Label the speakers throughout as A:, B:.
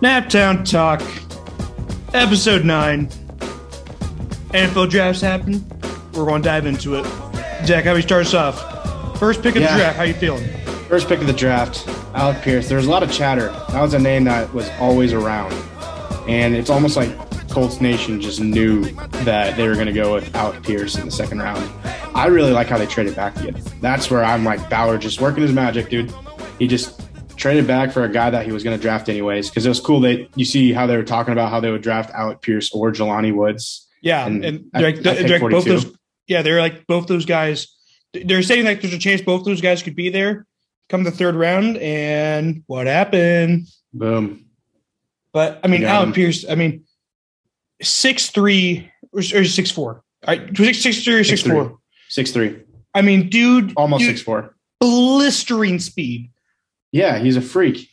A: Naptown Talk, Episode 9. NFL drafts happen. We're going to dive into it. Zach, how we start us off? First pick of
B: Yeah.
A: the draft. How you feeling?
B: First pick of the draft, Alec Pierce. There was a lot of chatter. That was a name that was always around. And it's almost like Colts Nation just knew that they were going to go with Alec Pierce in the second round. I really like how they traded back to get. That's where I'm like, Bauer just working his magic, dude. He just traded back for a guy that he was going to draft anyways. Because it was cool that you see how they were talking about how they would draft Alec Pierce or Jelani Woods.
A: Yeah, and,
B: And I-
A: like,
B: I picked
A: like both
B: 42.
A: those. Yeah, they're like both those guys. They're saying like there's a chance both those guys could be there come the third round, and what happened?
B: Boom.
A: But I mean,
B: Yeah.
A: Alan Pierce. I mean, six three or, or six four. All right, six six three or six,
B: Six,
A: four.
B: three. Six three,
A: I mean, dude,
B: almost
A: dude,
B: six four.
A: blistering speed.
B: Yeah, he's a freak.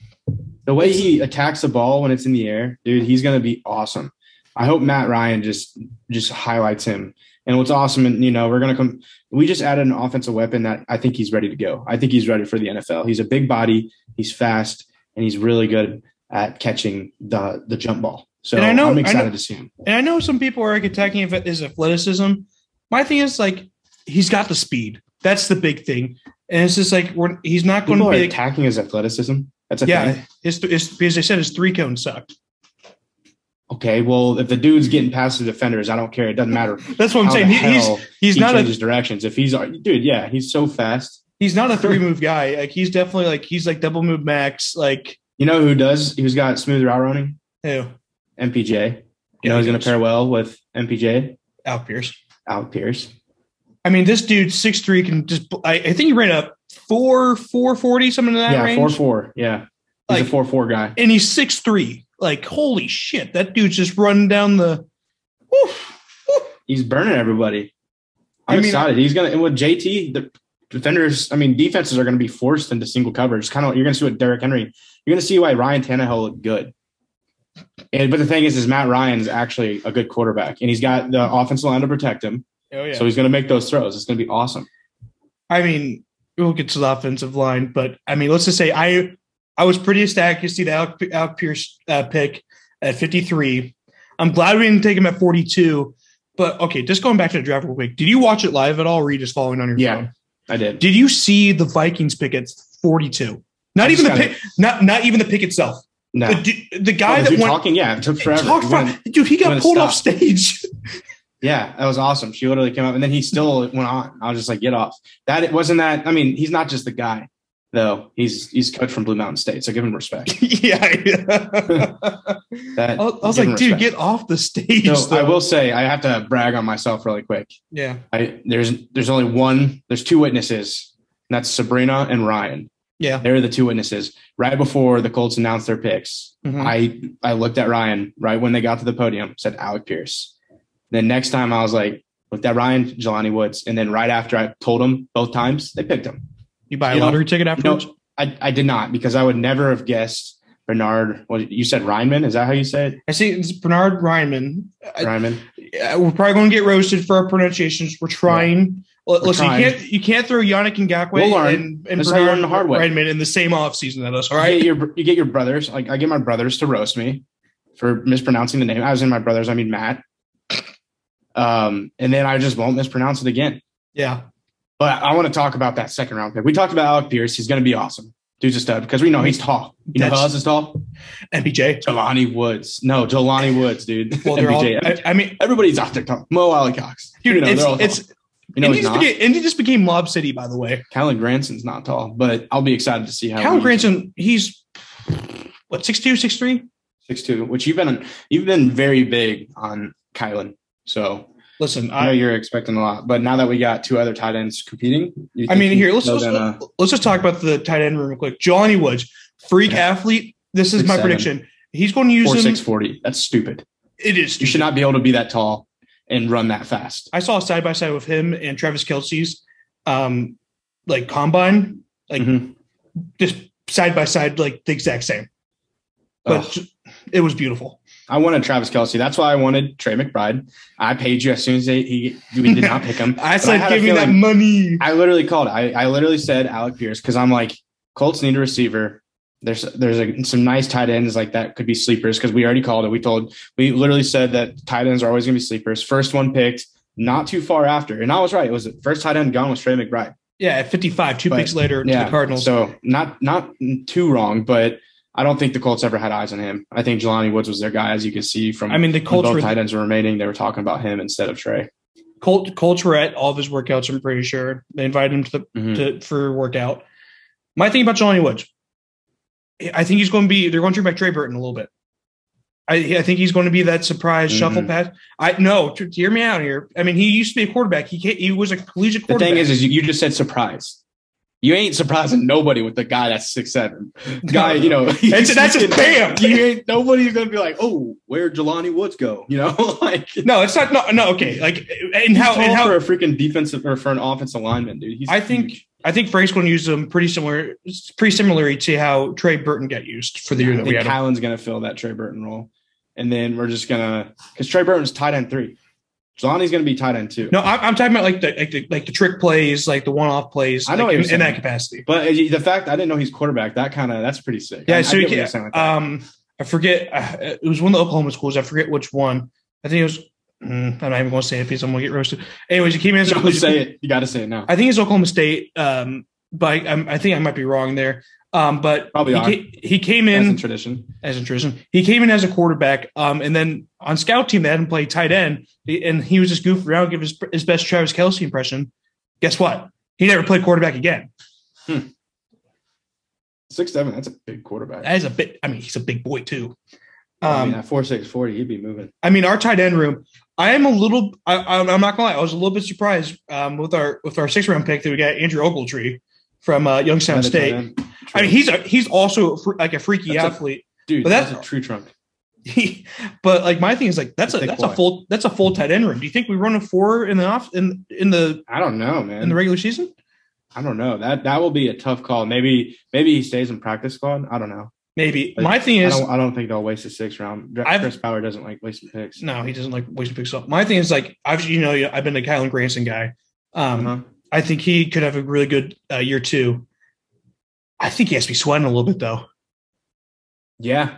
B: The way he attacks the ball when it's in the air, dude, he's gonna be awesome. I hope Matt Ryan just just highlights him. And what's awesome, and you know, we're gonna come. We just added an offensive weapon that I think he's ready to go. I think he's ready for the NFL. He's a big body, he's fast, and he's really good at catching the the jump ball. So
A: And I
B: I
A: know- I
B: am
A: know-
B: excited to see him.
A: And I know some people are like attacking him for his athleticism. My thing is like he's got the speed. That's the big thing. And it's just like we're, he's not going
B: People
A: to
B: are
A: be. a-
B: attacking his athleticism. That's a thing.
A: Yeah, his, his, because I said his three cone sucked.
B: Okay, well, if the dude's getting past the defenders, I don't care. It doesn't matter.
A: That's what I'm
B: how
A: saying.
B: the
A: He, he's
B: hell
A: he's
B: he
A: not a
B: changes directions. If he's dude, yeah, he's so fast.
A: he's not a three move guy. Like he's definitely like he's like double move max. Like
B: You know who does? Who's got smooth route running?
A: you know,
B: MPJ. You know he's going to pair well with MPJ.
A: Al Pierce.
B: Alec Pierce.
A: I mean, this dude six three can just. I, I think he ran up four four forty something in that
B: Yeah,
A: range.
B: four four. Yeah, he's
A: Like-
B: a four four guy.
A: and he's six three. Like holy shit, that dude's just running down the. Oof,
B: He's burning everybody. I'm
A: I mean-
B: excited. He's going to and with JT. The defenders. I mean, defenses are going to be forced into single coverage. Kind of you're going to see what Derrick Henry. You're going to see why Ryan Tannehill looked good. And but the thing is, is Matt Ryan's actually a good quarterback, and he's got the offensive line to protect him.
A: Oh yeah.
B: So he's going to make those throws. It's going to be awesome.
A: I mean, we'll get to the offensive line, but I mean, let's just say I I was pretty ecstatic to see the Alec, Alec Pierce uh, pick at 53. I'm glad we didn't take him at 42. But okay, just going back to the draft real quick. Did you watch it live at all? Or were you just following on your
B: Yeah.
A: phone?
B: I did.
A: Did you see the Vikings pick at 42? Not
B: I
A: even the
B: just
A: pick, not not even the pick itself.
B: No.
A: The, du- the
B: Oh,
A: guy
B: the
A: that
B: dude
A: went
B: talking, yeah, it took forever.
A: talked
B: He
A: from-
B: went-
A: dude, he got
B: wouldn't
A: pulled off
B: stop.
A: stage.
B: Yeah, that was awesome. She literally came up, and then he still went on. I was just like, "Get off!" That it wasn't that. I mean, he's not just the guy, though. He's he's coach from Blue Mountain State, so give him respect.
A: yeah. I
B: That,
A: was like,
B: give him
A: dude,
B: respect.
A: get off the stage.
B: So I
A: though.
B: will say, I have to brag on myself really quick.
A: yeah.
B: I there's there's only one. There's two witnesses, and that's Sabrina and Ryan.
A: Yeah.
B: They're the two witnesses. Right before the Colts announced their picks,
A: Mhm.
B: I I looked at Ryan right when they got to the podium, said Alec Pierce. Then next time I was like, looked at Ryan, Jelani Woods. And then right after I told him both times, they picked him.
A: You buy a
B: You know-
A: lottery ticket
B: No,
A: afterwards?
B: I, I did not because I would never have guessed Bernard. What you said, Ryanman? Is that how you say it?
A: I see it's Bernard Ryanman. I-
B: Ryanman?
A: uh, we're probably going to get roasted for our pronunciations. We're trying. L-
B: We're
A: Listen, you
B: trying.
A: can't you can't throw Yannick Ngakwe
B: We'll learn.
A: and, and
B: That's how you
A: Bernard
B: learn the hard way.
A: Ryanman in the same offseason at us. All
B: You
A: right.
B: get your you get your brothers. Like I get my brothers to roast me for mispronouncing the name. I was in my brothers. I mean Matt. Um, and then I just won't mispronounce it again.
A: Yeah.
B: But I want to talk about that second round pick. We talked about Alec Pierce. He's going to be awesome. Dude's a stud because we know he's tall. You know who
A: That's-
B: else is tall?
A: MPJ.
B: Jelani Woods. No, Jelani Woods, dude.
A: Well, they're all.
B: MPJ.
A: I, I mean,
B: Everybody's out there tall. Mo Alley Cox.
A: dude,
B: you know,
A: it's,
B: they're all tall.
A: it's
B: you know
A: Indy,
B: he's
A: just
B: not.
A: became, Indy just became Lob City, by the way.
B: Callan Granson's not tall, but I'll be excited to see how.
A: Cal
B: he-
A: Granson, he's what 6'2", 6'3"?
B: 6'2", which you've been you've been very big on Kylan. So
A: Listen,
B: I know
A: I,
B: you're expecting a lot, but now that we got two other tight ends competing, you
A: I
B: think
A: mean,
B: he's
A: here let's
B: still
A: let's,
B: gonna-
A: let's just talk about the tight end room real quick. Johnny Woods, freak
B: Yeah.
A: athlete. This is
B: Six,
A: my
B: seven.
A: prediction. He's going to use
B: four
A: him.
B: six forty. That's stupid.
A: It is.
B: You should not be able to be that tall and run that fast.
A: I saw a side by side with him and Travis Kelsey's, um, like combine, Like-
B: Mhm.
A: just side by side, like the exact same. But
B: Ugh.
A: it was beautiful.
B: I wanted Travis Kelsey. That's why I wanted Trey McBride. I paid you as soon as they, he we did not pick him.
A: I
B: But
A: said,
B: had a
A: give me that
B: feeling-
A: money.
B: I literally called. I, I literally said Alec Pierce because I'm like Colts need a receiver. There's there's a, some nice tight ends like that could be sleepers because we already called it. We told we literally said that tight ends are always going to be sleepers. First one picked, not too far after, and I was right. It was the first tight end gone was Trey McBride.
A: Yeah, at 55, two
B: But,
A: picks later to the Cardinals.
B: So not not too wrong, but I don't think the Colts ever had eyes on him. I think Jelani Woods was their guy, as you can see from
A: I mean, the
B: when
A: Colts
B: both
A: were
B: tight ends were remaining. They were talking about him instead of Trey.
A: Colt, Colts were at all of his workouts. I'm pretty sure they invited him to the
B: Mhm.
A: to, for a workout. My thing about Jelani Woods, I think he's going to be. They're going to bring back Trey Burton a little bit. I, I think he's going to be that surprise shuffle
B: Mhm.
A: pass. I no, t- hear me out here. I mean, he used to be a quarterback. He ca- he was a collegiate
B: The
A: quarterback.
B: thing is, is you, you just said surprise. You ain't surprising nobody with the guy that's six seven. Guy, you know,
A: That's- that's just bam.
B: You ain't nobody's gonna be like, oh, where Jelani Woods go? You know, like
A: no, it's not. No, no, okay. Like and
B: he's
A: how
B: tall
A: and how
B: for a freaking defensive or for an offensive lineman, dude. He's
A: I think
B: huge.
A: I think Frank's going to use them pretty similar, pretty similarly to how Trey Burton got used for the year
B: I
A: that we
B: think
A: had him.
B: Kylan's gonna fill that Trey Burton role, and then we're just gonna because Trey Burton's tight end three. Jelani's gonna be tight end two.
A: No, I'm, I'm talking about like the like the like the trick plays, like the one-off plays.
B: I know
A: like,
B: what
A: in,
B: you're
A: in that
B: saying.
A: capacity.
B: But uh, the fact I didn't know he's quarterback, that kind of that's pretty sick.
A: Yeah,
B: I,
A: so
B: I
A: he
B: get what
A: can-
B: you're saying with that.
A: Um, I forget. Uh, it was one of the Oklahoma schools. I forget which one. I think it was. mm, I'm not even going to say it because I'm going to get roasted. Anyways, he came in as a
B: No,
A: collegiate-
B: say it. You got to say it now.
A: I think it's Oklahoma State. Um, but I, I think I might be wrong there. Um, but
B: Probably
A: he,
B: are.
A: ca- he came
B: That's
A: in
B: in tradition.
A: as interesting. He came in as a quarterback, um, and then on scout team they had him play tight end, and he was just goofing around, give his his best Travis Kelsey impression. Guess what? He never played quarterback again.
B: Six seven. That's a big quarterback.
A: That is a bit. I mean, he's a big boy too.
B: I mean,
A: Um,
B: at four six forty, he'd be moving.
A: I mean, our tight end room. I am a little. I, I'm I'm not gonna lie. I was a little bit surprised um, with our with our six round pick that we got Andrew Ogletree from uh, Youngstown
B: Another tight
A: State.
B: end.
A: I mean, he's a, he's also a fr- like a freaky
B: That's a-
A: athlete.
B: dude,
A: but
B: that's,
A: that's-
B: a true trump.
A: He- but like my thing is like that's a
B: Thick
A: that's a
B: boy.
A: full that's a full tight end room. Do you think we run a four in the off in in the
B: I don't know,
A: in
B: man.
A: the regular season?
B: I don't know. That that will be a tough call. Maybe maybe he stays in practice squad. I don't know.
A: Maybe.
B: Like,
A: my thing
B: I
A: is
B: don't, I don't think they'll waste a six round. Dr-
A: I've-
B: Chris Bauer doesn't like wasting picks.
A: no, he doesn't like wasting picks up. My thing is like I've you know I've been a Kylan Granson guy. Um,
B: Uh-huh.
A: I think he could have a really good uh, year two. I think he has to be sweating a little bit though.
B: Yeah,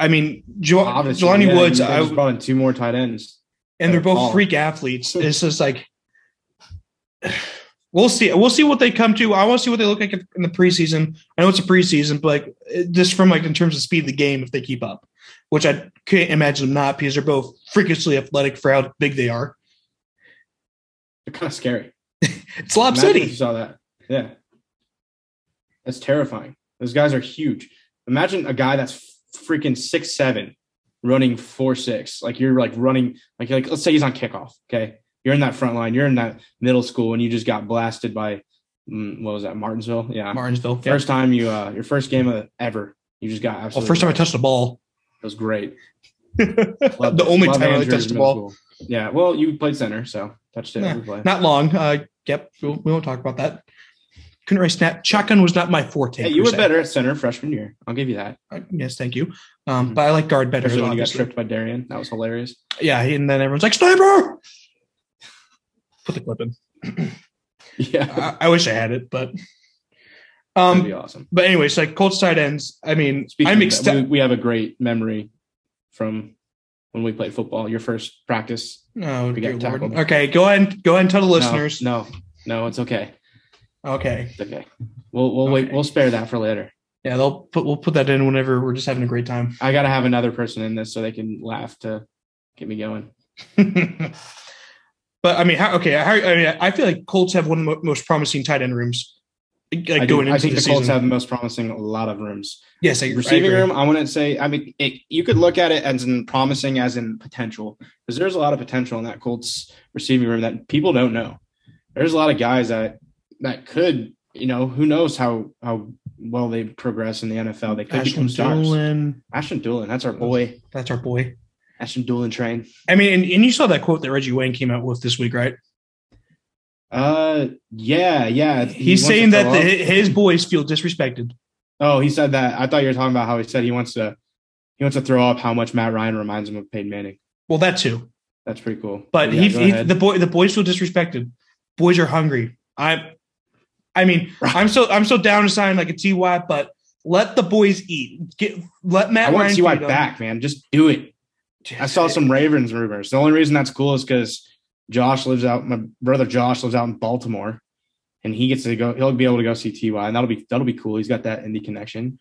A: I mean, jo-
B: obviously.
A: Jelani
B: yeah,
A: Woods,
B: they
A: I,
B: just brought in two more tight ends.
A: and they're both
B: Colin.
A: freak athletes. It's just like we'll see. We'll see what they come to. I want to see what they look like in the preseason. I know it's a preseason, but like it- just from like in terms of speed of the game, if they keep up, which I can't imagine them not, because they're both freakishly athletic for how big they are.
B: They're kind of scary.
A: It's Lob
B: Imagine if
A: City.
B: You saw that? Yeah, that's terrifying. Those guys are huge. Imagine a guy that's freaking six seven, running four six. Like you're like running like you're like let's say he's on kickoff. Okay, you're in that front line. You're in that middle school, and you just got blasted by mm, what was that Martinsville? Yeah,
A: Martinsville. Yeah.
B: first time you uh your first game of ever. You just got
A: well,
B: absolutely.
A: first time I touched the ball.
B: it was great. Love
A: the
B: it.
A: only
B: Love
A: time I
B: Andrews
A: touched the
B: middle
A: ball.
B: school. Yeah, well, you played center, so touched it
A: Yeah.
B: every play.
A: Not long. Uh, yep. We won't, we won't talk about that. Couldn't really snap. Shotgun was not my forte.
B: Hey, you
A: per
B: were
A: se.
B: better at center freshman year. I'll give you that.
A: Uh, Yes, thank you. Um,
B: Mm-hmm.
A: But I like guard better.
B: Especially when you got
A: obviously.
B: tripped by Darian. That was hilarious.
A: Yeah, and then everyone's like, "Sniper!" Put the clip in.
B: Yeah.
A: I, I wish I had it, but
B: That'd be
A: Uh, um,
B: awesome.
A: but anyways, like Colts tight ends. I mean,
B: Speaking
A: I'm
B: of that,
A: excited.
B: we, we have a great memory from when we played football, your first practice.
A: Oh,
B: we
A: dear
B: got
A: Lord.
B: tackled.
A: Okay, go ahead. and Go ahead and tell the
B: No,
A: listeners.
B: No, no, it's okay.
A: Okay,
B: It's okay. We'll we'll wait.
A: Okay.
B: We'll spare that for later.
A: yeah, they'll put we'll put that in whenever we're just having a great time.
B: I gotta have another person in this so they can laugh to get me going.
A: but I mean, how, okay, how, I mean, I feel like Colts have one of the mo- most promising tight end rooms. Like
B: I, do-
A: going into
B: I think
A: the,
B: the, Colts
A: season.
B: have the most promising a lot of rooms.
A: yes, I,
B: receiving
A: I agree.
B: room, I wouldn't say. I mean, it, you could look at it as in promising, as in potential, because there's a lot of potential in that Colts receiving room that people don't know. There's a lot of guys that that could, you know, who knows how how well they progress in the NFL. They could
A: Ashton
B: become stars.
A: Doolin,
B: Ashton Doolin, that's our boy.
A: that's our boy.
B: Ashton Doolin train.
A: I mean, and, and you saw that quote that Reggie Wayne came out with this week, right?
B: Uh, yeah, yeah. Uh, he
A: He's
B: wants
A: saying
B: to
A: that
B: throw
A: the,
B: up.
A: his boys feel disrespected.
B: Oh, he said that. I thought you were talking about how he said he wants to he wants to throw up how much Matt Ryan reminds him of Peyton Manning.
A: Well, that too,
B: That's pretty cool.
A: but
B: Yeah,
A: he,
B: go
A: he
B: ahead.
A: the boy the boys feel disrespected. Boys are hungry. I, I mean, I'm so I'm so down to sign like a Ty, but Let the boys eat. Get let
B: I
A: Matt
B: want
A: Ryan.
B: T.Y.
A: feed 'em.
B: back, man. Just do it. I saw some Ravens rumors. The only reason that's cool is because Josh lives out. My brother Josh lives out in Baltimore, and he gets to go. He'll be able to go see Ty, and that'll be that'll be cool. He's got that indie connection,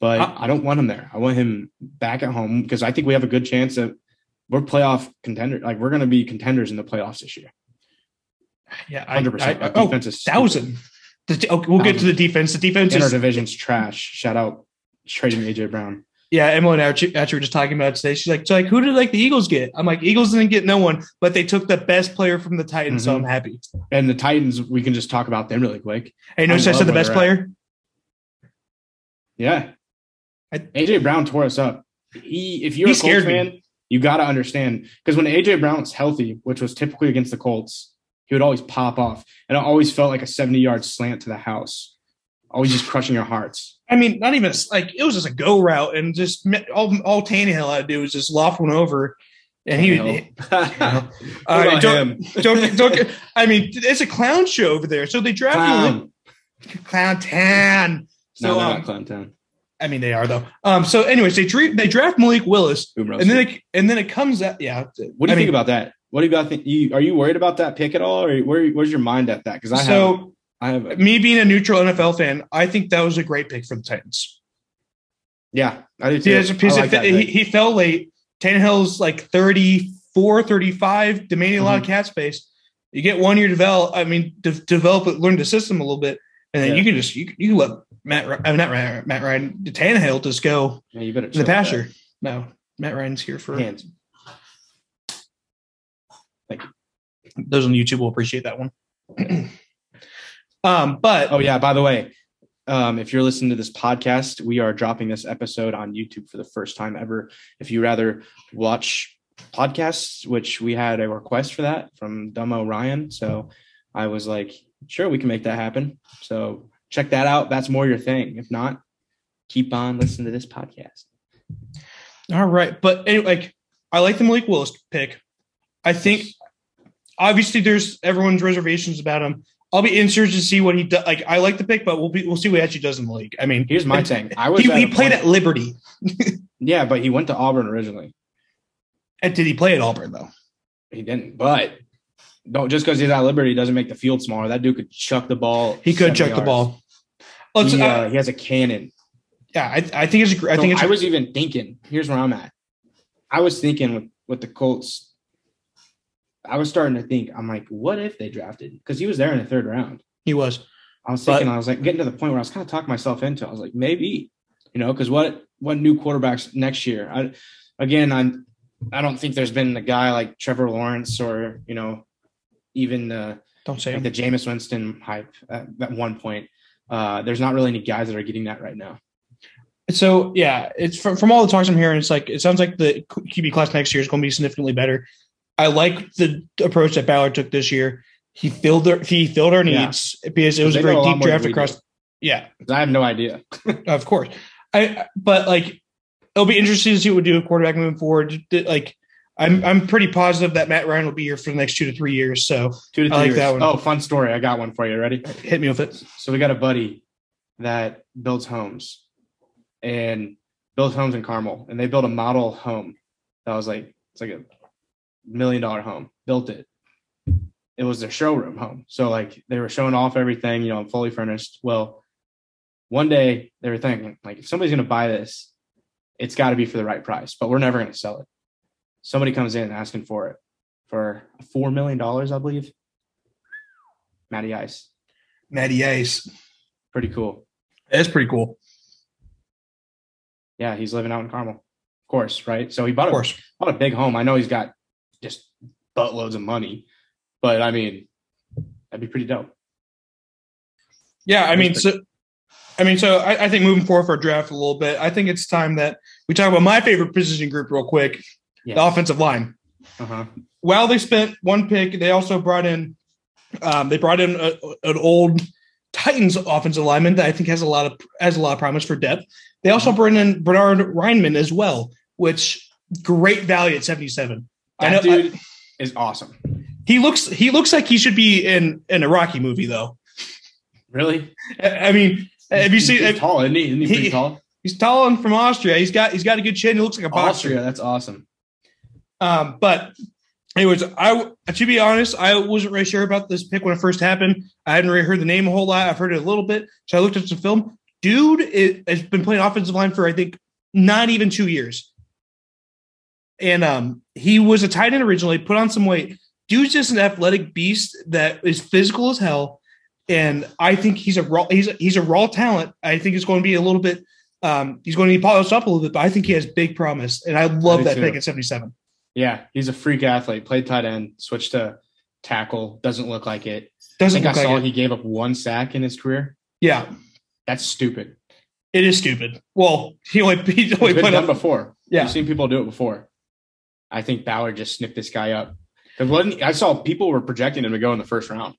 B: but
A: I-
B: I, don't want him there. I want him back at home because I think we have a good chance that we're playoff contender. Like we're going to be contenders in the playoffs this year.
A: Yeah, I,
B: Hundred percent.
A: I,
B: Our
A: oh,
B: defense is
A: thousand. The, okay, we'll get to the defense. The defense
B: In our
A: is
B: division's trash. Shout out trading AJ Brown.
A: Yeah, Emily and I were ch- actually were just talking about it today. She's like, so like, who did like the Eagles get? I'm like, Eagles didn't get no one, but they took the best player from the Titans, so
B: Mhm.
A: I'm happy.
B: And the Titans, we can just talk about them really quick.
A: Hey, no,
B: I
A: I said
B: love
A: the
B: where
A: best
B: they're
A: player.
B: Yeah.
A: I-
B: AJ Brown tore us up. He, if you're
A: He
B: a Colts
A: scared me.
B: fan, you got to understand because when AJ Brown was healthy, which was typically against the Colts, he would always pop off, and it always felt like a 70 yard slant to the house, always just crushing your hearts.
A: I mean, not even like it was just a go route, and just me- all all Tannehill had to do was just loft one over, and he.
B: You
A: would
B: know?
A: know.
B: What
A: All right,
B: about
A: don't,
B: him?
A: don't don't. I mean, it's a clown show over there. So they drafted clown,
B: Clown.
A: clown Tan. So
B: no, they're
A: um,
B: not Clown Town.
A: I mean, they are though. Um. So, anyways, they dra- they draft Malik Willis,
B: Umrosu.
A: and then it, and then it comes out. Yeah.
B: what do you
A: I
B: think
A: mean,
B: about that? What do you got? Think, you, are you worried about that pick at all, or where, where's your mind at that? Because I
A: So.
B: have, I have,
A: me being a neutral NFL fan, I think that was a great pick for the Titans.
B: yeah, I do
A: He,
B: too.
A: has a piece
B: I
A: of
B: like that
A: he,
B: pick.
A: he fell late. Tannehill's like 34, 35, demanding a lot
B: Mm-hmm.
A: of cap space. You get one year develop, I mean, de- develop it, learn the system a little bit, and then
B: Yeah.
A: you can just you, can- you can let Matt, Ry- I mean, not Ryan, Matt Ryan, Tannehill just go
B: Yeah, you better
A: to
B: chill
A: the
B: with that.
A: pasture. No, Matt Ryan's here for
B: Hands.
A: those on YouTube will appreciate that one. um, but
B: Oh yeah, by the way, um, if you're listening to this podcast, we are dropping this episode on YouTube for the first time ever. If you rather watch podcasts, which we had a request for that from Dumbo Ryan, so I was like, sure, we can make that happen. So check that out. That's more your thing. If not, keep on listening to this podcast.
A: All right, but anyway, like I like the Malik Willis pick. I think obviously there's everyone's reservations about him. I'll be interested to see what he does. Like I like the pick, but we'll be we'll see what he actually does in the league. I mean,
B: Here's my thing. I was
A: he,
B: at
A: he
B: a
A: played
B: point-
A: at Liberty.
B: yeah, but he went to Auburn originally.
A: And did he play at Auburn though?
B: He didn't, but. Don't just because he's at Liberty doesn't make the field smaller. That dude could chuck the ball.
A: He could
B: 70
A: chuck the
B: yards.
A: ball. Let's,
B: he,
A: uh,
B: uh, he has a cannon.
A: yeah, I, I think it's. a gr- I
B: So
A: think it's.
B: I was even thinking. Here's where I'm at. I was thinking with with the Colts. I was starting to think. I'm like, what if they drafted? Because he was there in the third round.
A: he was.
B: I was
A: But-
B: thinking. I was like getting to the point where I was kind of talking myself into. it. I was like, maybe, you know, because what what new quarterbacks next year? I again, I I don't think there's been a guy like Trevor Lawrence or you know, even uh,
A: Don't say him.
B: like the Jameis Winston hype at, at one point. Uh, there's not really any guys that are getting that right now.
A: So yeah, it's from, from all the talks I'm hearing, it's like it sounds like the QB class next year is going to be significantly better. I like the approach that Ballard took this year. He filled their, he filled our
B: Yeah.
A: needs because it was a
B: They
A: very
B: know a lot
A: deep
B: more than
A: draft
B: we do.
A: across. Yeah,
B: 'Cause I have no idea.
A: of course. I but like it'll be interesting to see what we do with quarterback moving forward. Th- Like I'm I'm pretty positive that Matt Ryan will be here for the next two to three years. So
B: Two to three
A: I like
B: years.
A: that one.
B: Oh, fun story. I got one for you. Ready?
A: hit me with it.
B: So we got a buddy that builds homes and builds homes in Carmel. And they built a model home that was like it's like a million dollar home. Built it. It was their showroom home. So like they were showing off everything, you know, fully furnished. Well, one day they were thinking, like, if somebody's gonna buy this, it's gotta be for the right price, but we're never gonna sell it. Somebody comes in asking for it for four million dollars, I believe. Matty Ice.
A: Matty Ice.
B: Pretty cool.
A: That's pretty cool.
B: Yeah, he's living out in Carmel, of course, right? So he bought
A: Of
B: a,
A: course.
B: bought a big home. I know he's got just buttloads of money, but I mean, that'd be pretty dope.
A: Yeah, I mean,
B: That's
A: so I mean, so I, I think moving forward for our draft a little bit, I think it's time that we talk about my favorite position group real quick, the
B: Yeah.
A: offensive line.
B: Uh huh.
A: While they spent one pick, they also brought in um, they brought in a, an old Titans offensive lineman that I think has a lot of has a lot of promise for depth. They
B: Mm-hmm.
A: also brought in Bernard Reinman as well, which great value at seventy seven. I
B: That
A: know I-
B: dude is awesome.
A: he looks he looks like he should be in in a Rocky movie though.
B: Really?
A: I I mean, Have you seen?
B: He's
A: have-
B: tall, isn't he? Isn't he pretty
A: he-
B: tall?
A: He's tall and from Austria. He's got he's got a good chin. He looks like a boxer.
B: Austria, that's awesome.
A: Um, but anyways, I to be honest, I wasn't really sure about this pick when it first happened. I hadn't really heard the name a whole lot. I've heard it a little bit, so I looked up some film. Dude is, has been playing offensive line for I think not even two years, and um, he was a tight end originally. Put on some weight. Dude's just an athletic beast that is physical as hell, and I think he's a raw he's a, he's a raw talent. I think it's going to be a little bit. Um, he's going to be polished up a little bit, but I think he has big promise, and I love
B: do
A: that
B: too.
A: pick at seventy-seven.
B: Yeah, he's a freak athlete. Played tight end, switched to tackle. Doesn't look like it. I
A: Doesn't
B: think I
A: look
B: saw
A: like it.
B: he gave up one sack in his career.
A: Yeah,
B: That's stupid.
A: it is stupid. Well, he only he
B: It's
A: only
B: been
A: put
B: done
A: up.
B: before.
A: Yeah.
B: I've seen people do it before. I think Ballard just snipped this guy up. 'Cause wasn't- I saw people were projecting him to go in the first round.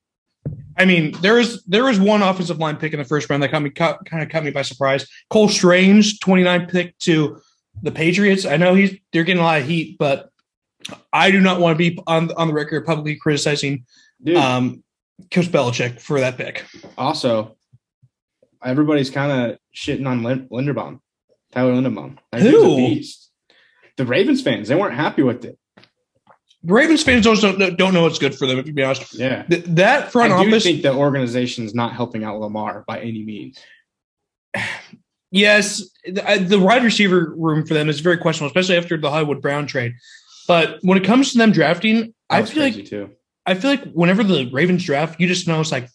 A: I mean, there was there was one offensive line pick in the first round that caught me caught, kind of caught me by surprise. Cole Strange, twenty nine pick to the Patriots. I know he's they're getting a lot of heat, but I do not want to be on on the record publicly criticizing
B: Dude,
A: um, Coach Belichick for that pick.
B: also, everybody's kind of shitting on Lin- Linderbaum, Tyler Linderbaum. That
A: Who?
B: dude's a beast. The Ravens fans, they weren't happy with it.
A: The Ravens fans don't don't, don't know what's good for them. If you be honest,
B: Yeah.
A: Th- that front
B: I do
A: office.
B: think the organization's not helping out Lamar by any means.
A: Yes, the, I- the wide receiver room for them is very questionable, especially after the Hollywood Brown trade. But when it comes to them drafting,
B: That
A: I
B: was
A: feel
B: crazy
A: like
B: too.
A: I feel like whenever the Ravens draft, you just know it's like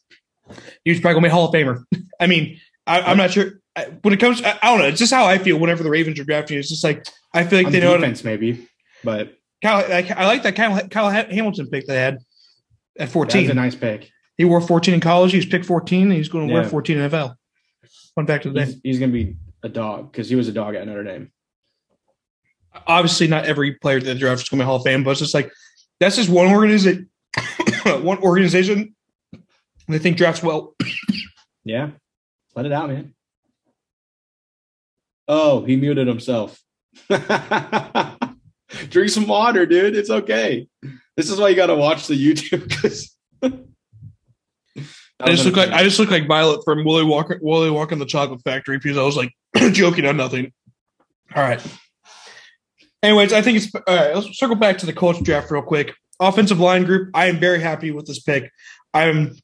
A: he's probably gonna be a Hall of Famer. I mean, I, I'm not sure I- when it comes. I, I don't know. It's just how I feel whenever the Ravens are drafting. It's just like I feel like
B: On
A: they know. How to,
B: defense, maybe, but
A: Kyle, I, I like that Kyle, Kyle Ha- Hamilton pick they had at
B: that was a
A: 14.
B: nice pick.
A: He wore 14 in college. He was picked 14, and he's going to wear
B: Yeah.
A: 14 in NFL. Fun fact of the day.
B: He's, he's going to be a dog because he was a dog at Notre Dame.
A: obviously not every player that drafts is going to be Hall of Fame, but it's just like that's just one organization, one organization they think drafts well.
B: Yeah. Let it out, man. Oh, he muted himself. Drink some water, dude. It's okay. This is why you got to watch the YouTube because.
A: I just look like I just look like Violet from Willy Walker, Willy Walker in the Chocolate Factory because I was like joking on nothing. All right. Anyways, I think it's all right. Let's circle back to the Colts draft real quick. Offensive line group. I am very happy with this pick. I'm.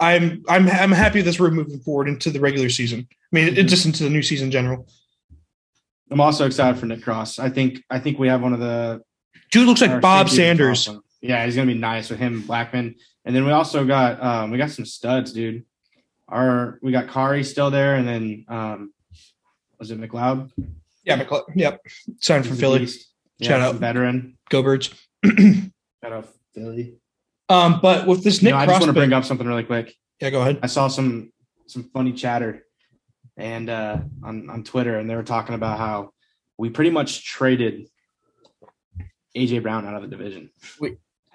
A: I'm I'm I'm happy this we're moving forward into the regular season. I mean, it, just into the new season in general.
B: I'm also excited for Nick Cross. I think I think we have one of the
A: Dude looks like
B: our
A: Bob
B: safeties in
A: Sanders.
B: Coughlin. Yeah, he's gonna be nice with him, Blackman, and then we also got um, we got some studs, dude. Our we got Kari still there, and then um, was it McLeod
A: Yeah, McCle- yep. Signed from
B: He's a
A: Philly.
B: beast. Yeah,
A: Shout
B: he's
A: out.
B: a veteran.
A: Go Birds.
B: Shout out Philly.
A: Um, but with this
B: No,
A: Nick
B: I just
A: Cross,
B: want to
A: pick-
B: bring up something really quick.
A: yeah, go ahead.
B: I saw some some funny chatter and uh, on on Twitter, and they were talking about how we pretty much traded AJ Brown out of the division.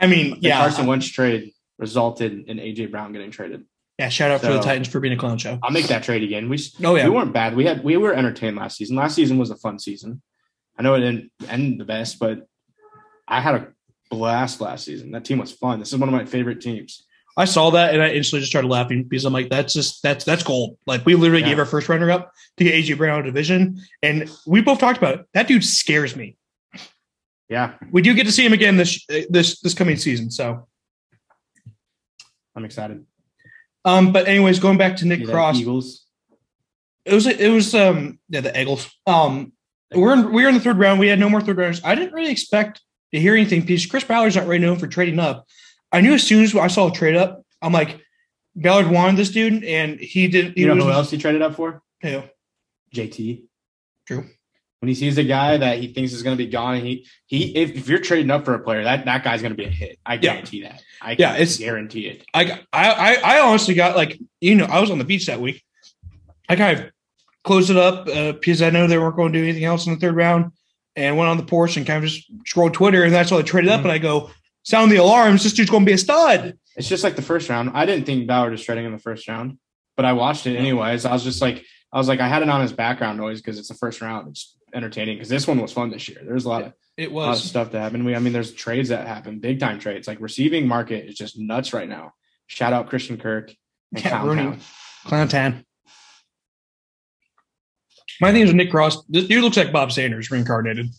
A: I mean,
B: The
A: yeah,
B: Carson Wentz trade resulted in AJ Brown getting traded.
A: yeah. Shout out to the
B: So-
A: Titans for being a clown show.
B: I'll make that trade again. We s-
A: Oh yeah,
B: we weren't bad. We had we were entertained last season. Last season was a fun season. I know it didn't end the best, but I had a blast last season. That team was fun. This is one of my favorite teams.
A: I saw that and I instantly just started laughing because I'm like, that's just that's that's gold. Like we literally
B: Yeah.
A: gave our first runner up to get AJ Brown out of division, and we both talked about it. That dude scares me.
B: Yeah,
A: We do get to see him again this uh, this this coming season. So,
B: I'm excited.
A: um, but anyways, going back to Nick
B: Yeah, the
A: Cross,
B: Eagles.
A: it was it was um yeah the Eagles um we're in, we're in the third round. We had no more third rounders. I didn't really expect to hear anything because Chris Ballard's not really known for trading up. I knew as soon as I saw a trade up, I'm like Ballard wanted this dude, and he didn't. He
B: You know who
A: wasn't-
B: else he traded up for?
A: you know,
B: JT.
A: True.
B: When he sees a guy that he thinks is going to be gone, and he he if, if you're trading up for a player, that that guy's going to be a hit. I guarantee that. I
A: Yeah, it's-
B: guarantee it.
A: I, got- I I I honestly got like you know I was on the beach that week. I kind of closed it up uh, because I know they weren't going to do anything else in the third round, and went on the porch and kind of just scrolled Twitter, and that's why I traded up.
B: Mhm.
A: And I go, sound the alarms! This dude's going to be a stud.
B: It's just like the first round. I didn't think Ballard was trading in the first round, but I watched it anyways. I was just like, I was like, I had it on as background noise because it's the first round. It's entertaining because this one was fun this year. There's a lot, of,
A: It
B: lot of stuff that happened. We, I mean, there's trades that happen, big time trades. Like receiving market is just nuts right now. Shout out Christian Kirk and
A: Yeah,
B: Count
A: Rooney.
B: Count.
A: Clown tan. My thing is with Nick Cross. This dude looks like Bob Sanders reincarnated.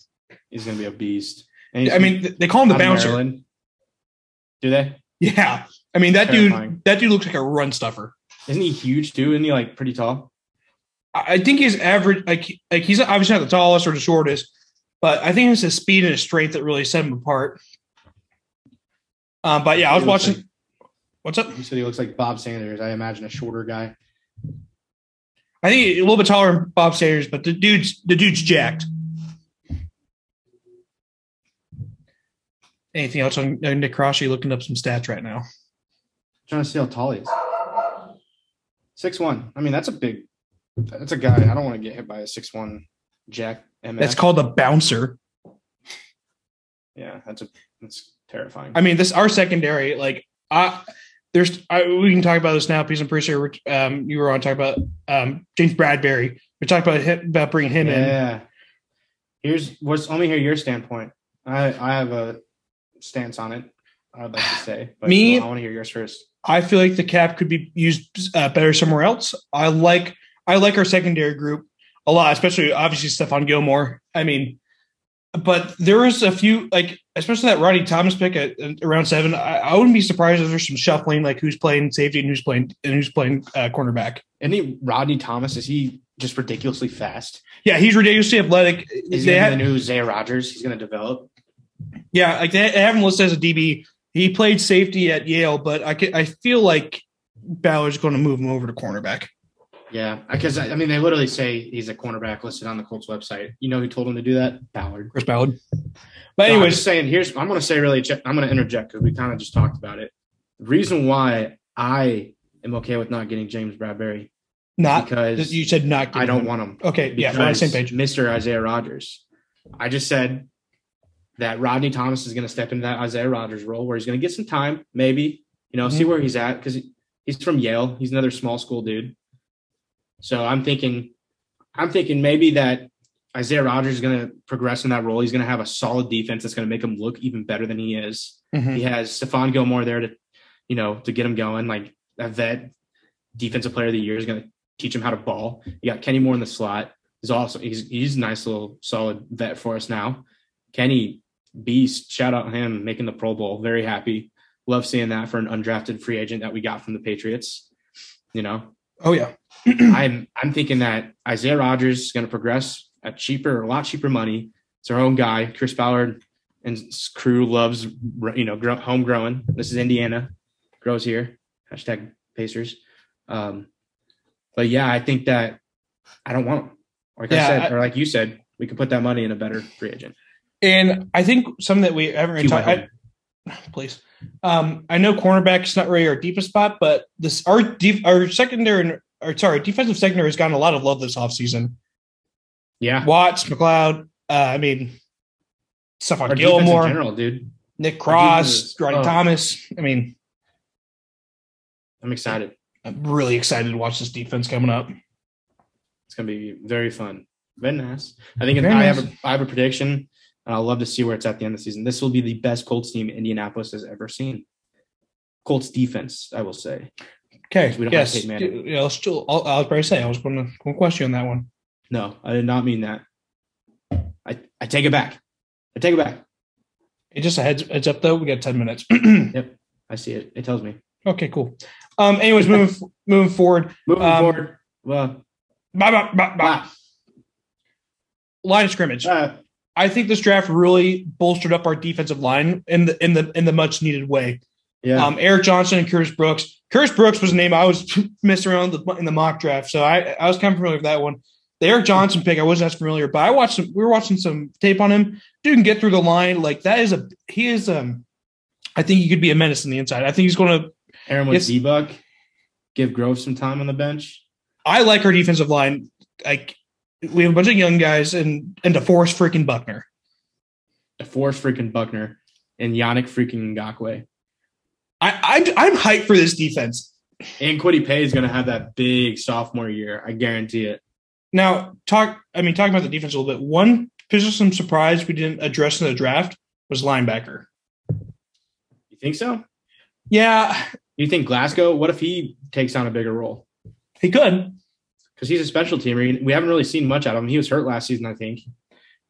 B: He's going to be a beast. And he's
A: I mean, th- they call him the
B: out of
A: bouncer.
B: Maryland. Do they?
A: Yeah, I mean that
B: Terrifying.
A: dude. That dude looks like a run stuffer.
B: Isn't he huge too? Isn't he like pretty tall?
A: I I think he's average. Like, like he's obviously not the tallest or the shortest, but I think it's his speed and his strength that really set him apart. Um, but yeah, I was
B: He looks
A: watching. What's up?
B: like- you said he looks like Bob Sanders. I imagine a shorter guy.
A: I think a little bit taller than Bob Sanders, but the dude's the dude's jacked. Anything else on on Nick Cross? Are you looking up some stats right now?
B: trying to see how tall he is. Six one. I mean, that's a big. That's a guy. I don't want to get hit by a six one jack. MS.
A: That's called the bouncer.
B: Yeah, that's a that's terrifying.
A: I mean, this our secondary. Like, I there's I, we can talk about this now because I'm pretty sure um, you were on talk about um, James Bradbury. We talked about him, about bringing him in.
B: yeah. Here's what's. Let me hear your standpoint. I I have a stance on it. I would like to say. But
A: Me-
B: I want to hear yours first.
A: I feel like the cap could be used uh, better somewhere else. I like I like our secondary group a lot, especially obviously Stephon Gilmore. I mean, but there was a few like especially that Roddy Thomas pick at, at around seven. I, I wouldn't be surprised if there's some shuffling, like who's playing safety and who's playing and who's playing uh, cornerback.
B: Isn't he Rodney Thomas? Is he just ridiculously fast?
A: Yeah, he's ridiculously athletic.
B: Is he
A: They
B: gonna
A: had-
B: be the new Zay Rogers? He's going to develop.
A: Yeah, like they have him listed as a DB. He played safety at Yale, but I ca- I feel like Ballard's going to move him over to cornerback.
B: Yeah, because I I mean, they literally say he's a cornerback listed on the Colts website. You know who told him to do that? Ballard.
A: Chris Ballard. But
B: No, I'm
A: anyways,
B: just saying here's I'm going to say really I'm going to interject because we kind of just talked about it. The reason why I am okay with not getting James Bradbury
A: not
B: because
A: you said not.
B: I don't want him.
A: Okay, yeah, we're on the same
B: because
A: page.
B: Mr. Isaiah Rogers. I just said that Rodney Thomas is going to step into that Isaiah Rogers role where he's going to get some time, maybe, you know,
A: Mm-hmm.
B: see where he's at because he's from Yale. He's another small school dude. So I'm thinking, I'm thinking maybe that Isaiah Rogers is going to progress in that role. He's going to have a solid defense that's going to make him look even better than he is. He has Stephon Gilmore there to, you know, to get him going. Like a vet defensive player of the year is going to teach him how to ball. You got Kenny Moore in the slot. He's also he's he's a nice little solid vet for us now. Kenny Beast, shout out him making the Pro Bowl. Very happy. Love seeing that for an undrafted free agent that we got from the Patriots. You know,
A: Oh yeah,
B: I'm I'm thinking that Isaiah Rogers is going to progress at cheaper, a lot cheaper money. It's our own guy, Chris Ballard, and his crew loves you know grow, home growing. This is Indiana, grows here. Hashtag Pacers. Um, but yeah, I think that I don't want him. Like
A: Yeah,
B: I said,
A: I-
B: or like you said, we could put that money in a better free agent.
A: and I think something that we haven't really
B: If you want
A: talked. I-
B: him.
A: Please, um, I know cornerback is not really our deepest spot, but this our def, our secondary or sorry defensive secondary has gotten a lot of love this offseason.
B: yeah,
A: Watts, McLeod, uh, I mean,
B: our
A: Stephon
B: defense in
A: Gilmore,
B: general, dude.
A: Nick
B: defense
A: Cross,
B: is-
A: Roddy
B: oh.
A: Thomas. I mean,
B: I'm excited.
A: I'm really excited to watch this defense coming up.
B: It's gonna be very fun. Very nice. I think
A: Very
B: I
A: nice.
B: have a I have a prediction, and I'll love to see where it's at the end of the season. This will be the best Colts team Indianapolis has ever seen. Colts defense, I will say.
A: Okay,
B: We don't have
A: yes,
B: Peyton Manning.
A: yeah, let's still. I'll, I was probably say I was going to, going to question on that one.
B: No, I did not mean that. I, I take it back. I take it back.
A: Hey, just a heads, heads up though, we got ten minutes.
B: I see it. It tells me.
A: okay, cool. Um, anyways, moving moving forward.
B: Moving
A: Um,
B: forward. Well,
A: Bye, bye, bye, bye.
B: wow.
A: Line of scrimmage.
B: Uh,
A: I think this draft really bolstered up our defensive line in the in the in the much needed way.
B: yeah.
A: Um, Eric Johnson and Curtis Brooks. Curtis Brooks was a name I was messing around with in the mock draft, so I I was kind of familiar with that one. The Eric Johnson pick I wasn't as familiar, but I watched some. We were watching some tape on him. Dude can get through the line like that. Is a he is um. I think he could be a menace on the inside. I think he's going to
B: Aaron with
A: yes.
B: Zbuck. Give Grove some time on the bench.
A: I like our defensive line. Like we have a bunch of young guys and and DeForest freaking Buckner.
B: DeForest freaking Buckner and Yannick freaking Ngakwe.
A: I I'm, I'm hyped for this defense.
B: And Quiddy Pay is going to have that big sophomore year. I guarantee it.
A: Now talk. I mean, talking about the defense a little bit. One position surprise we didn't address in the draft was linebacker.
B: You think so?
A: Yeah,
B: You think Glasgow? What if he takes on a bigger role?
A: he could.
B: because he's a special teamer. We haven't really seen much out of him. He was hurt last season, I think.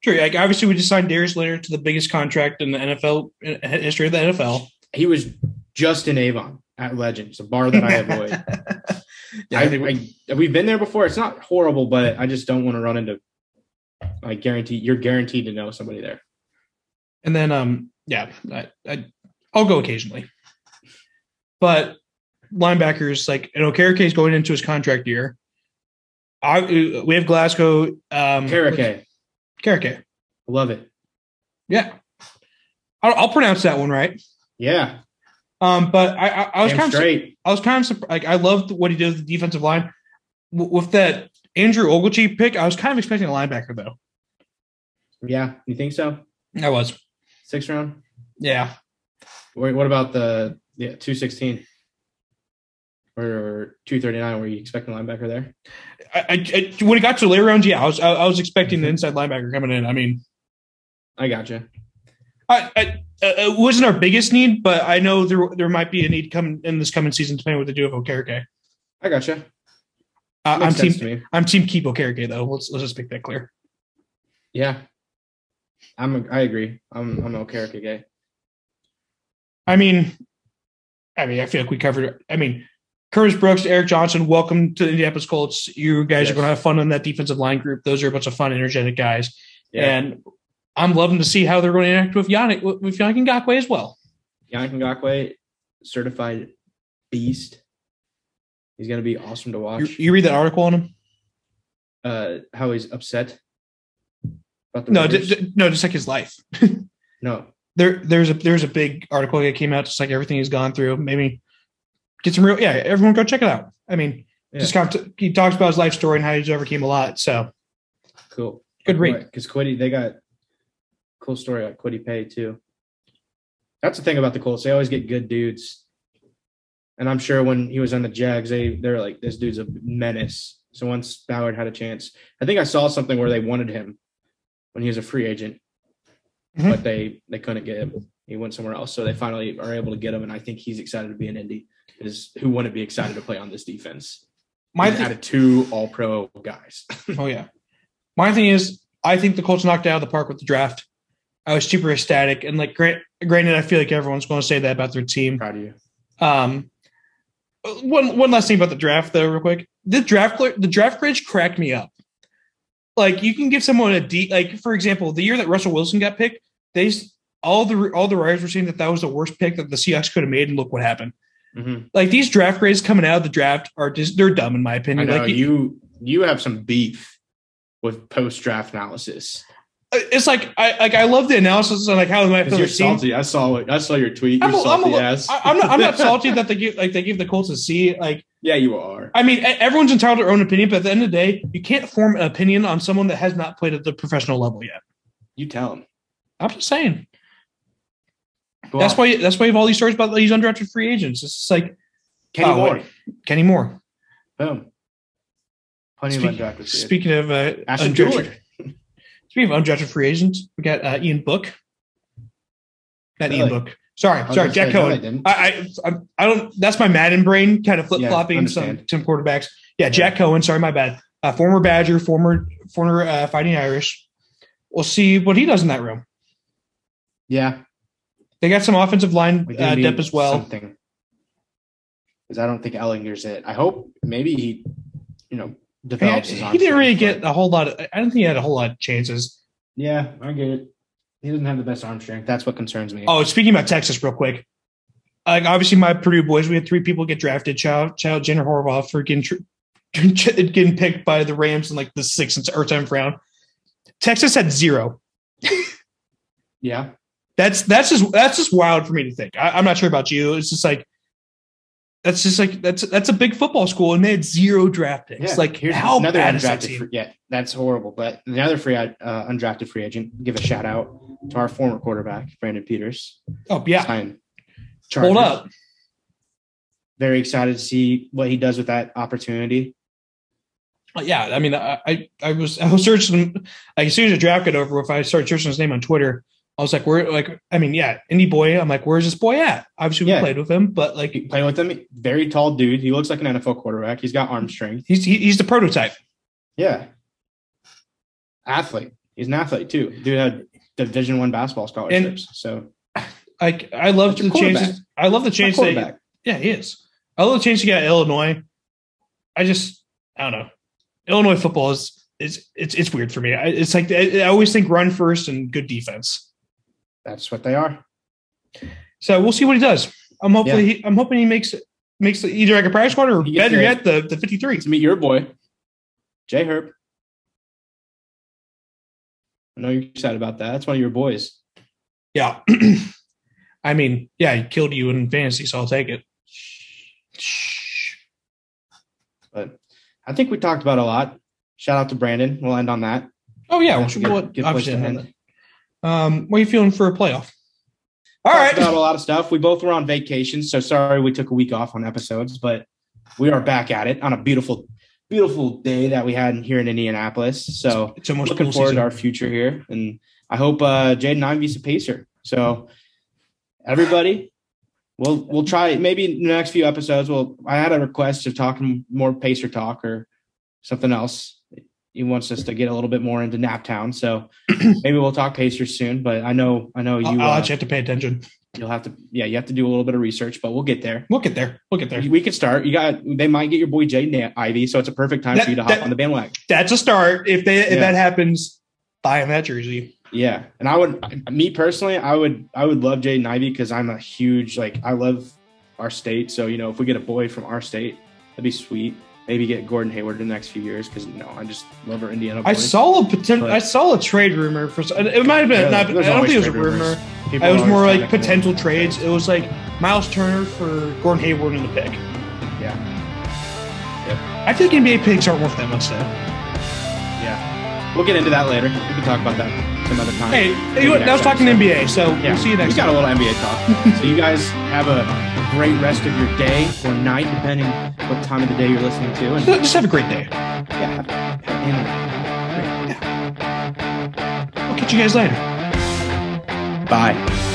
A: True. Like obviously, we just signed Darius Leonard to the biggest contract in the NFL in history of the NFL.
B: He was just in Avon at Legends, a bar that I avoid.
A: Yeah,
B: I,
A: I think we-
B: I, we've been there before. It's not horrible, but I just don't want to run into. I guarantee you're guaranteed to know somebody there.
A: And then, um, yeah, I, I, I'll go occasionally. But linebackers, like, and Okereke is going into his contract year. I, we have Glasgow. Um,
B: Karake,
A: Karake.
B: love it.
A: Yeah. I'll, I'll pronounce that one right.
B: Yeah,
A: Um, but I, I, I was
B: damn
A: kind of,
B: straight.
A: I was kind of surprised. Like, I loved what he did with the defensive line. W- with that Andrew Ogletree pick, I was kind of expecting a linebacker though.
B: Yeah, you think so?
A: I was.
B: Sixth round.
A: Yeah.
B: Wait, what about the yeah two sixteen or two thirty nine? Were you expecting linebacker there?
A: I, I, I when it got to the later rounds, yeah, I was I, I was expecting the inside linebacker coming in. I mean,
B: I gotcha.
A: I, I, uh, it wasn't our biggest need, but I know there there might be a need come in this coming season, depending on what they do with Okereke.
B: I gotcha.
A: Uh, I'm
B: Makes sense
A: team
B: to me.
A: I'm team keep Okereke though. Let's let's just make that clear.
B: Yeah, I'm. I agree. I'm. I'm okay. Okay. okay.
A: I mean, I mean, I feel like we covered. I mean, Curtis Brooks, Eric Johnson, welcome to the Indianapolis Colts. You guys
B: Yes.
A: are going to have fun on that defensive line group. Those are a bunch of fun, energetic guys,
B: Yeah.
A: and I'm loving to see how they're going to interact with Yannick with Yannick Ngakwe as well.
B: Yannick Ngakwe, certified beast. He's going to be awesome to
A: You,
B: watch.
A: you read that article on him?
B: Uh, how he's upset about the
A: No,
B: Raiders.
A: d- d- no, just like his life.
B: no.
A: there there's a there's a big article that came out just like everything he's gone through maybe get some real yeah everyone go check it out i mean
B: Yeah.
A: just kind of, he talks about his life story and how he's overcame a lot so
B: Cool.
A: Good read.
B: Because Quiddy, they got cool story on Quiddy Pay too. That's the thing about the Colts; they always get good dudes. And I'm sure when he was on the Jags, they they're like, this dude's a menace. So once Ballard had a chance, I think I saw something where they wanted him when he was a free agent,
A: Mhm.
B: but they they couldn't get him. He went somewhere else, so they finally are able to get him. And I think he's excited to be in Indy. Because who wouldn't be excited to play on this defense?
A: my
B: He's out
A: thing,
B: of two All Pro guys.
A: oh yeah my thing is i think the colts knocked it out of the park with the draft i was super ecstatic and like grant, granted i feel like everyone's going to say that about their team
B: Proud of you.
A: um one one last thing about the draft though real quick the draft cl- the draft grades cracked me up like you can give someone a D. Like for example, the year that Russell Wilson got picked, they s- all the all the writers were saying that that was the worst pick that the Seahawks could have made, and look what happened.
B: Mm-hmm.
A: Like these draft grades coming out of the draft are just they're dumb in my opinion.
B: I know
A: like you,
B: you you have some beef with post draft analysis.
A: uh, it's like I like I love the analysis on like how they might
B: 'Cause
A: play
B: You're
A: their team.
B: salty. I saw it. I saw your tweet.
A: I'm
B: You're
A: a- I'm a
B: salty
A: li-
B: ass.
A: I, I'm not I'm not salty that they give like they give the Colts a C. Like
B: yeah, you are.
A: I mean e- everyone's entitled to their own opinion, but at the end of the day, you can't form an opinion on someone that has not played at the professional level yet.
B: You tell him.
A: I'm just saying. That's why that's why you have all these stories about these undrafted free agents. It's just like
B: Kenny
A: Oh,
B: Moore.
A: wait. Kenny Moore.
B: Boom. Plenty
A: Speak-
B: of undrafted. Speak,
A: Speaking of uh,
B: Ashton
A: undrafted,
B: George.
A: speaking of undrafted free agents, we got uh, Ian Book. Not Ian
B: Really?
A: Book. Sorry,
B: I was
A: sorry,
B: gonna
A: Jack
B: say, no, they
A: Cohen.
B: didn't.
A: I, I I'm- I don't. That's my Madden brain, kind of flip flopping some
B: understand.
A: some quarterbacks. Yeah, Jack Cohen. Sorry, my bad. Uh, former Badger, former former uh, Fighting Irish. We'll see what he does in that room.
B: yeah,
A: They got some offensive line
B: we do
A: uh,
B: need
A: depth as well.
B: Something. Because I don't think Ellinger's it. I hope maybe he, you know,
A: Yeah,
B: develops his
A: he
B: arm
A: didn't really
B: strength,
A: get
B: but-
A: a whole lot. Of, I don't think he had a whole lot of chances.
B: Yeah, I get it. He doesn't have the best arm strength. That's what concerns me.
A: Oh, speaking about Texas, real quick. Like obviously, my Purdue boys, we had three people get drafted. Child, child, Jenner Horvath for getting tr- getting picked by the Rams in like the sixth and or tenth round. Texas had zero.
B: Yeah.
A: That's that's just that's just wild for me to think. I, I'm not sure about you. It's just like that's just like that's that's a big football school, and they had zero draft picks. like how bad is that
B: undrafted
A: team?
B: free, yeah, that's horrible. But the other free uh, undrafted free agent, give a shout out to our former quarterback Brandon Peters.
A: Oh yeah,
B: Sign
A: hold
B: Chargers.
A: up.
B: Very excited to see what he does with that opportunity.
A: Uh, yeah, I mean, I, I, I was I was searching like as soon as the draft got over, if I started searching his name on Twitter, I was like, where, like, I mean, yeah, Indy boy. I'm like, where's this boy at? Obviously, we
B: Yeah.
A: played with him, but like,
B: You play with him, very tall dude. He looks like an NFL quarterback. He's got arm strength.
A: he's he, he's the prototype.
B: Yeah. Athlete. He's an athlete too. Dude had division one basketball scholarships. so
A: Like, I love
B: That's your
A: the changes. I love the
B: My
A: change that.
B: quarterback.
A: Yeah, he is. I love the change he got at Illinois. I just, I don't know. Illinois football is it's it's it's weird for me. I, it's like I, I always think run first and good defense.
B: That's what they are.
A: So we'll see what he does. I'm hopefully he, I'm hoping he makes makes either like a practice squad or
B: He gets
A: better
B: the-
A: yet the the 53.
B: To meet your boy, Jay Herb. I know you're excited about that. That's one of your boys.
A: Yeah. I mean, yeah, he killed you in fantasy, so I'll take it.
B: But I think we talked about a lot. Shout out to Brandon. We'll end on that.
A: Oh yeah, we'll
B: Get-
A: we'll-
B: get pushed
A: obviously,
B: ahead.
A: Um, what are you feeling for a playoff? All
B: Talked
A: right.
B: about a lot of stuff. We both were on vacation, so sorry we took a week off on episodes, but we are back at it on a beautiful, beautiful day that we had here in Indianapolis. So
A: It's almost
B: looking
A: pool
B: forward
A: season.
B: to our future here, and I hope uh, Jaden Ivey's a pacer. So everybody, we'll we'll try maybe in the next few episodes. We'll I had a request of talking more pacer talk or something else. He wants us to get a little bit more into Naptown, so maybe we'll talk Pacers soon. But I know I know you.
A: I'll, I'll
B: uh,
A: actually have to pay attention.
B: You'll have to, yeah, you have to do a little bit of research, but we'll get there.
A: We'll get there. We'll get there.
B: We can start. You got, they might get your boy Jaden Na- Ivy, so it's a perfect time
A: That-
B: for you to hop
A: that-
B: on the bandwagon.
A: That's a start. If they if
B: Yeah.
A: that happens, buy him that jersey.
B: Yeah, and I would, me personally, I would, I would love Jaden Ivy because I'm a huge like, I love our state. So you know, if we get a boy from our state, that'd be sweet. Maybe get Gordon Hayward in the next few years because no, I just love our Indiana.
A: I
B: boys.
A: saw a potential.
B: But-
A: I saw a trade rumor for. It might have been.
B: Yeah,
A: not,
B: there's
A: I don't
B: always
A: think it was a
B: trade rumors.
A: rumor.
B: People
A: It was
B: are
A: more
B: always
A: like
B: trying to connect.
A: potential trades. It was like Miles Turner for Gordon Hayward in the pick.
B: Yeah. Yep.
A: I feel like NBA picks aren't worth that much though.
B: Yeah, we'll get into that later. We can talk about that some other time.
A: Hey,
B: Maybe
A: you know what?
B: next
A: that was talking
B: episode.
A: NBA, so
B: Yeah,
A: we'll see you next
B: we got a little NBA talk. so you guys have a great rest of your day or night, depending what time of the day you're listening to. And
A: time. Just have a great day.
B: yeah, you know.
A: We'll catch you guys later.
B: bye.